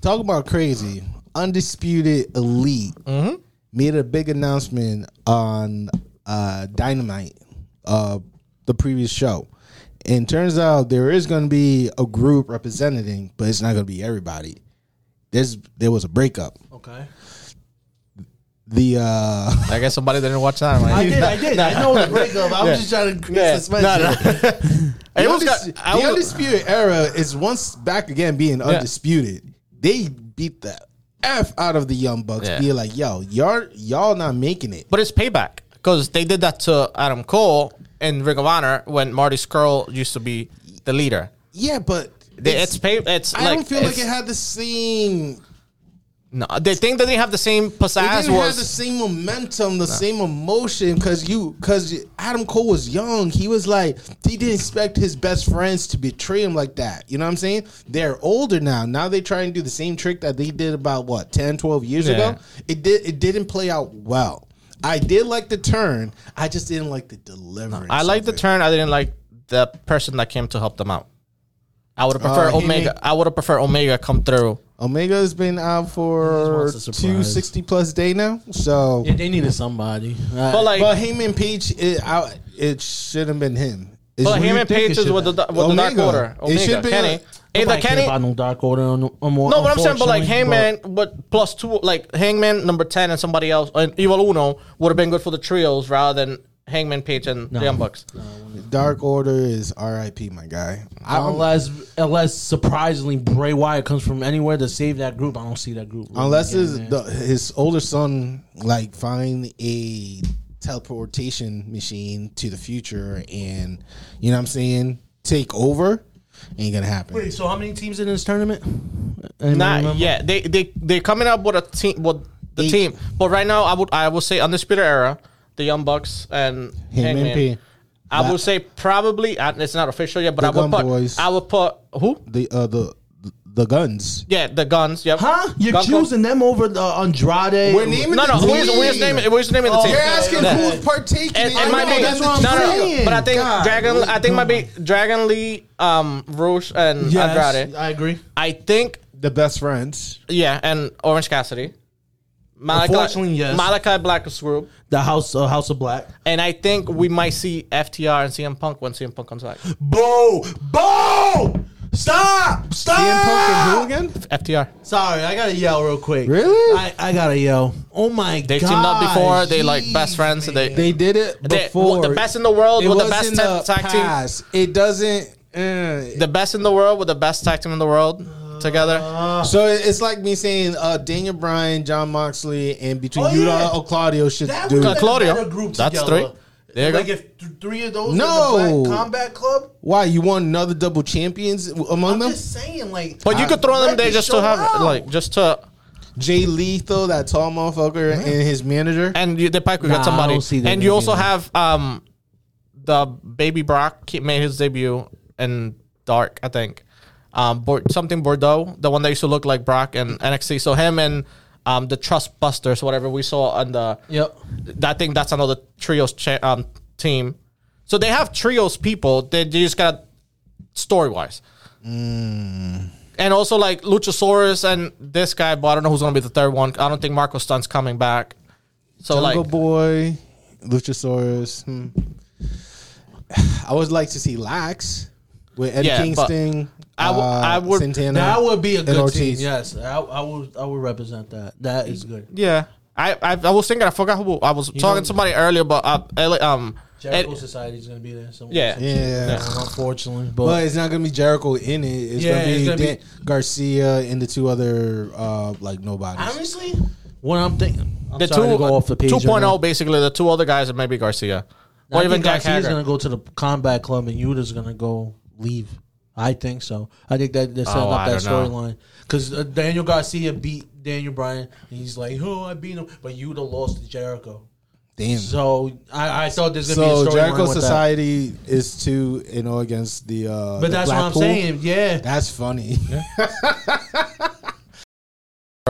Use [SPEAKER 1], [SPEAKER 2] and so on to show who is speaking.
[SPEAKER 1] Talk about crazy. Undisputed Elite made a big announcement on uh, Dynamite, uh, the previous show. And turns out there is going to be a group representing, but it's not going to be everybody. There's there was a breakup.
[SPEAKER 2] Okay.
[SPEAKER 1] The uh,
[SPEAKER 3] I guess somebody that didn't watch that. I'm like,
[SPEAKER 2] I did. I did. I know the breakup. I was just trying to increase
[SPEAKER 3] Yeah.
[SPEAKER 2] suspense.
[SPEAKER 3] No, no.
[SPEAKER 1] The,
[SPEAKER 3] It was got-
[SPEAKER 1] undis-
[SPEAKER 3] I
[SPEAKER 1] the
[SPEAKER 3] was-
[SPEAKER 1] undisputed era is once back again being undisputed. They beat the f out of the Young Bucks.
[SPEAKER 3] Yeah.
[SPEAKER 1] Being like, yo, y'all, y'all not making it.
[SPEAKER 3] But it's payback because they did that to Adam Cole in Ring of Honor when Marty Skrull used to be the leader.
[SPEAKER 1] Yeah, but
[SPEAKER 3] They, it's pay. It's
[SPEAKER 1] I
[SPEAKER 3] like,
[SPEAKER 1] don't feel like
[SPEAKER 3] it's-
[SPEAKER 1] it had the same.
[SPEAKER 3] No, they think that they have the same
[SPEAKER 1] It
[SPEAKER 3] pizzazz.
[SPEAKER 1] didn't have
[SPEAKER 3] Was
[SPEAKER 1] the same momentum, the same emotion, because you, because Adam Cole was young. He was like, he didn't expect his best friends to betray him like that. You know what I'm saying? They're older now. Now they try and do the same trick that they did about what 10, 12 years
[SPEAKER 3] Yeah.
[SPEAKER 1] ago. It did. It didn't play out well. I did like the turn. I just didn't like the deliverance.
[SPEAKER 3] I like
[SPEAKER 1] of
[SPEAKER 3] the
[SPEAKER 1] it.
[SPEAKER 3] turn. I didn't like the person that came to help them out. I would have preferred
[SPEAKER 1] Uh, he
[SPEAKER 3] Omega.
[SPEAKER 1] made-
[SPEAKER 3] I would have preferred Omega come through.
[SPEAKER 1] Omega's been out for
[SPEAKER 2] wants a
[SPEAKER 1] two
[SPEAKER 2] surprise.
[SPEAKER 1] sixty plus day now. So
[SPEAKER 2] Yeah, they needed somebody.
[SPEAKER 3] But like,
[SPEAKER 1] But Heyman Page, it, I, it should have been him. It's
[SPEAKER 3] but
[SPEAKER 1] who you
[SPEAKER 3] Heyman
[SPEAKER 1] think it
[SPEAKER 3] Page is
[SPEAKER 1] should
[SPEAKER 3] with the
[SPEAKER 1] have
[SPEAKER 3] with
[SPEAKER 1] been.
[SPEAKER 3] the Dark
[SPEAKER 1] Omega.
[SPEAKER 3] Order.
[SPEAKER 1] It should
[SPEAKER 3] Omega,
[SPEAKER 1] be
[SPEAKER 3] Kenny,
[SPEAKER 1] like-
[SPEAKER 3] either Kenny.
[SPEAKER 2] about no dark order on, on more.
[SPEAKER 3] e- No, but I'm saying, but like
[SPEAKER 2] unfortunately,
[SPEAKER 3] Hangman, but plus two, like Hangman number ten and somebody else, and Evil Uno would have been good for the trios rather than Hangman Page and the Young Bucks.
[SPEAKER 1] Dark Order is R.I.P. My guy. I don't
[SPEAKER 2] but
[SPEAKER 1] like
[SPEAKER 2] unless unless surprisingly Bray Wyatt comes from anywhere to save that group, I don't see that group. really
[SPEAKER 1] unless
[SPEAKER 2] getting
[SPEAKER 1] his
[SPEAKER 2] there.
[SPEAKER 1] the, his older son like find a teleportation machine to the future, and you know what I'm saying, take over. Ain't gonna happen.
[SPEAKER 2] Wait, so how many teams in this tournament?
[SPEAKER 3] Not yet. They they they coming up with a team with the
[SPEAKER 1] Eight.
[SPEAKER 3] team. But right now, I would I would say Undisputed Era, the Young Bucks and
[SPEAKER 1] Heyman
[SPEAKER 3] Hangman.
[SPEAKER 1] Page.
[SPEAKER 3] I would say probably uh, it's not official yet, but I
[SPEAKER 1] Gun
[SPEAKER 3] would put
[SPEAKER 1] Boys.
[SPEAKER 3] I would put who?
[SPEAKER 1] The uh the the guns.
[SPEAKER 3] Yeah, the guns. Yep.
[SPEAKER 2] Huh? You're
[SPEAKER 3] Gun Club.
[SPEAKER 2] choosing them over the Andrade?
[SPEAKER 1] We're naming
[SPEAKER 3] No, no.
[SPEAKER 1] the
[SPEAKER 3] Who is,
[SPEAKER 1] team.
[SPEAKER 3] who is naming? Who is naming the
[SPEAKER 2] Oh,
[SPEAKER 3] team?
[SPEAKER 1] You're asking
[SPEAKER 3] Yeah.
[SPEAKER 1] who's partaking.
[SPEAKER 3] Eh, It,
[SPEAKER 1] I
[SPEAKER 3] it might
[SPEAKER 1] know,
[SPEAKER 3] be.
[SPEAKER 1] that's
[SPEAKER 3] no,
[SPEAKER 1] what I'm
[SPEAKER 3] no, no.
[SPEAKER 1] saying.
[SPEAKER 3] But I think
[SPEAKER 1] God.
[SPEAKER 3] Dragon. I think might be Dragon Lee, um, Rouge, and
[SPEAKER 2] Yes,
[SPEAKER 3] Andrade.
[SPEAKER 2] I agree.
[SPEAKER 3] I think
[SPEAKER 1] the best friends.
[SPEAKER 3] yeah, and Orange Cassidy. Malachi,
[SPEAKER 2] Unfortunately, yes.
[SPEAKER 3] Malachi Black is group,
[SPEAKER 2] The House uh, House of Black.
[SPEAKER 3] and I think we might see FTR and CM Punk when CM Punk comes back.
[SPEAKER 2] Boo! Boo! Stop! Stop!
[SPEAKER 1] CM Punk and who again?
[SPEAKER 3] FTR.
[SPEAKER 2] Sorry, I gotta yell real quick.
[SPEAKER 1] Really?
[SPEAKER 2] I, I gotta yell. Oh my god.
[SPEAKER 3] They teamed up before. They like best friends. They,
[SPEAKER 1] They did it
[SPEAKER 3] they-
[SPEAKER 1] before.
[SPEAKER 3] the best in the world
[SPEAKER 1] It
[SPEAKER 3] with the
[SPEAKER 1] was
[SPEAKER 3] best
[SPEAKER 1] in
[SPEAKER 3] ta- tag team.
[SPEAKER 1] past. It doesn't. eh.
[SPEAKER 3] the best in the world with the best tag team in the world together.
[SPEAKER 2] Uh,
[SPEAKER 1] so it- it's like me saying uh, Daniel Bryan, John Moxley, and between
[SPEAKER 2] Oh,
[SPEAKER 1] you
[SPEAKER 2] yeah.
[SPEAKER 1] and uh, Claudio should
[SPEAKER 2] That
[SPEAKER 1] do.
[SPEAKER 2] would
[SPEAKER 3] Cla-
[SPEAKER 2] have
[SPEAKER 3] Uh, Claudio.
[SPEAKER 2] been a better group
[SPEAKER 3] That's
[SPEAKER 2] together.
[SPEAKER 3] three. There you
[SPEAKER 2] like
[SPEAKER 3] go.
[SPEAKER 2] if th- three of those
[SPEAKER 1] No.
[SPEAKER 2] in the Black Combat Club,
[SPEAKER 1] Why you want another double champions among
[SPEAKER 2] I'm
[SPEAKER 1] them?
[SPEAKER 2] just saying like
[SPEAKER 1] Uh,
[SPEAKER 3] But you could throw them
[SPEAKER 2] Let
[SPEAKER 3] there
[SPEAKER 2] the
[SPEAKER 3] just
[SPEAKER 2] show
[SPEAKER 3] to have
[SPEAKER 2] out.
[SPEAKER 3] like just to
[SPEAKER 1] Jay Lethal, that tall motherfucker, and his manager.
[SPEAKER 3] and you, the pack we
[SPEAKER 2] Nah, I
[SPEAKER 3] got somebody.
[SPEAKER 2] don't see that
[SPEAKER 3] And you also
[SPEAKER 2] either.
[SPEAKER 3] have um, the baby Brock he made his debut in Dark, I think. Um, Bor- something Bordeaux, the one that used to look like Brock and NXT. So him and um, the Trust Busters, whatever we saw on the.
[SPEAKER 2] Yep.
[SPEAKER 3] I think that's another trios cha- um, team. So they have trios people. They, they just got story wise. And also like Luchasaurus and this guy, but I don't know who's gonna be the third one. I don't think Marco Stunt's coming back. So
[SPEAKER 1] Jungle
[SPEAKER 3] like
[SPEAKER 1] Boy, Luchasaurus. Hmm. I would like to see Lax with Eddie
[SPEAKER 3] Yeah, but
[SPEAKER 1] Kingston.
[SPEAKER 3] I w-
[SPEAKER 1] uh,
[SPEAKER 3] I would-
[SPEAKER 1] Santana.
[SPEAKER 2] That would be a good team.
[SPEAKER 1] Ortiz.
[SPEAKER 2] Yes, I, I would. I would represent that. That is good.
[SPEAKER 3] Yeah, I, I I was thinking I forgot who I was talking
[SPEAKER 2] know-
[SPEAKER 3] to somebody earlier, but uh, Eli- um, Ed,
[SPEAKER 2] Jericho Society is gonna be there. Somewhere,
[SPEAKER 3] Yeah.
[SPEAKER 2] some-
[SPEAKER 1] yeah.
[SPEAKER 2] Unfortunately,
[SPEAKER 1] But
[SPEAKER 2] but,
[SPEAKER 1] it's not gonna be Jericho in it. It's
[SPEAKER 2] Yeah,
[SPEAKER 1] gonna be,
[SPEAKER 2] it's gonna
[SPEAKER 1] Dan-
[SPEAKER 2] be-
[SPEAKER 1] Garcia and the two other uh like nobodies.
[SPEAKER 2] honestly, what I'm thinking, I'm
[SPEAKER 3] the
[SPEAKER 2] sorry
[SPEAKER 3] two
[SPEAKER 2] to go off the page.
[SPEAKER 3] two oh,
[SPEAKER 2] right now.
[SPEAKER 3] basically the two other guys and maybe Garcia
[SPEAKER 2] I
[SPEAKER 3] or
[SPEAKER 2] think
[SPEAKER 3] even Jack
[SPEAKER 2] Garcia's
[SPEAKER 3] Hager.
[SPEAKER 2] gonna go to the combat club and Yuta's gonna go leave. I think so. I think that they're setting
[SPEAKER 3] Oh,
[SPEAKER 2] up
[SPEAKER 3] I
[SPEAKER 2] that
[SPEAKER 3] don't know.
[SPEAKER 2] storyline because uh, Daniel Garcia beat Daniel Bryan and he's like, "Oh, I beat him," but Yuta lost to Jericho.
[SPEAKER 1] Damn. So,
[SPEAKER 2] So I, I thought there's gonna be a storyline
[SPEAKER 1] Jericho
[SPEAKER 2] with that.
[SPEAKER 1] Society is two, you know, against the. uh
[SPEAKER 2] But
[SPEAKER 1] the
[SPEAKER 2] that's what I'm
[SPEAKER 1] Blackpool.
[SPEAKER 2] saying. Yeah,
[SPEAKER 1] That's funny.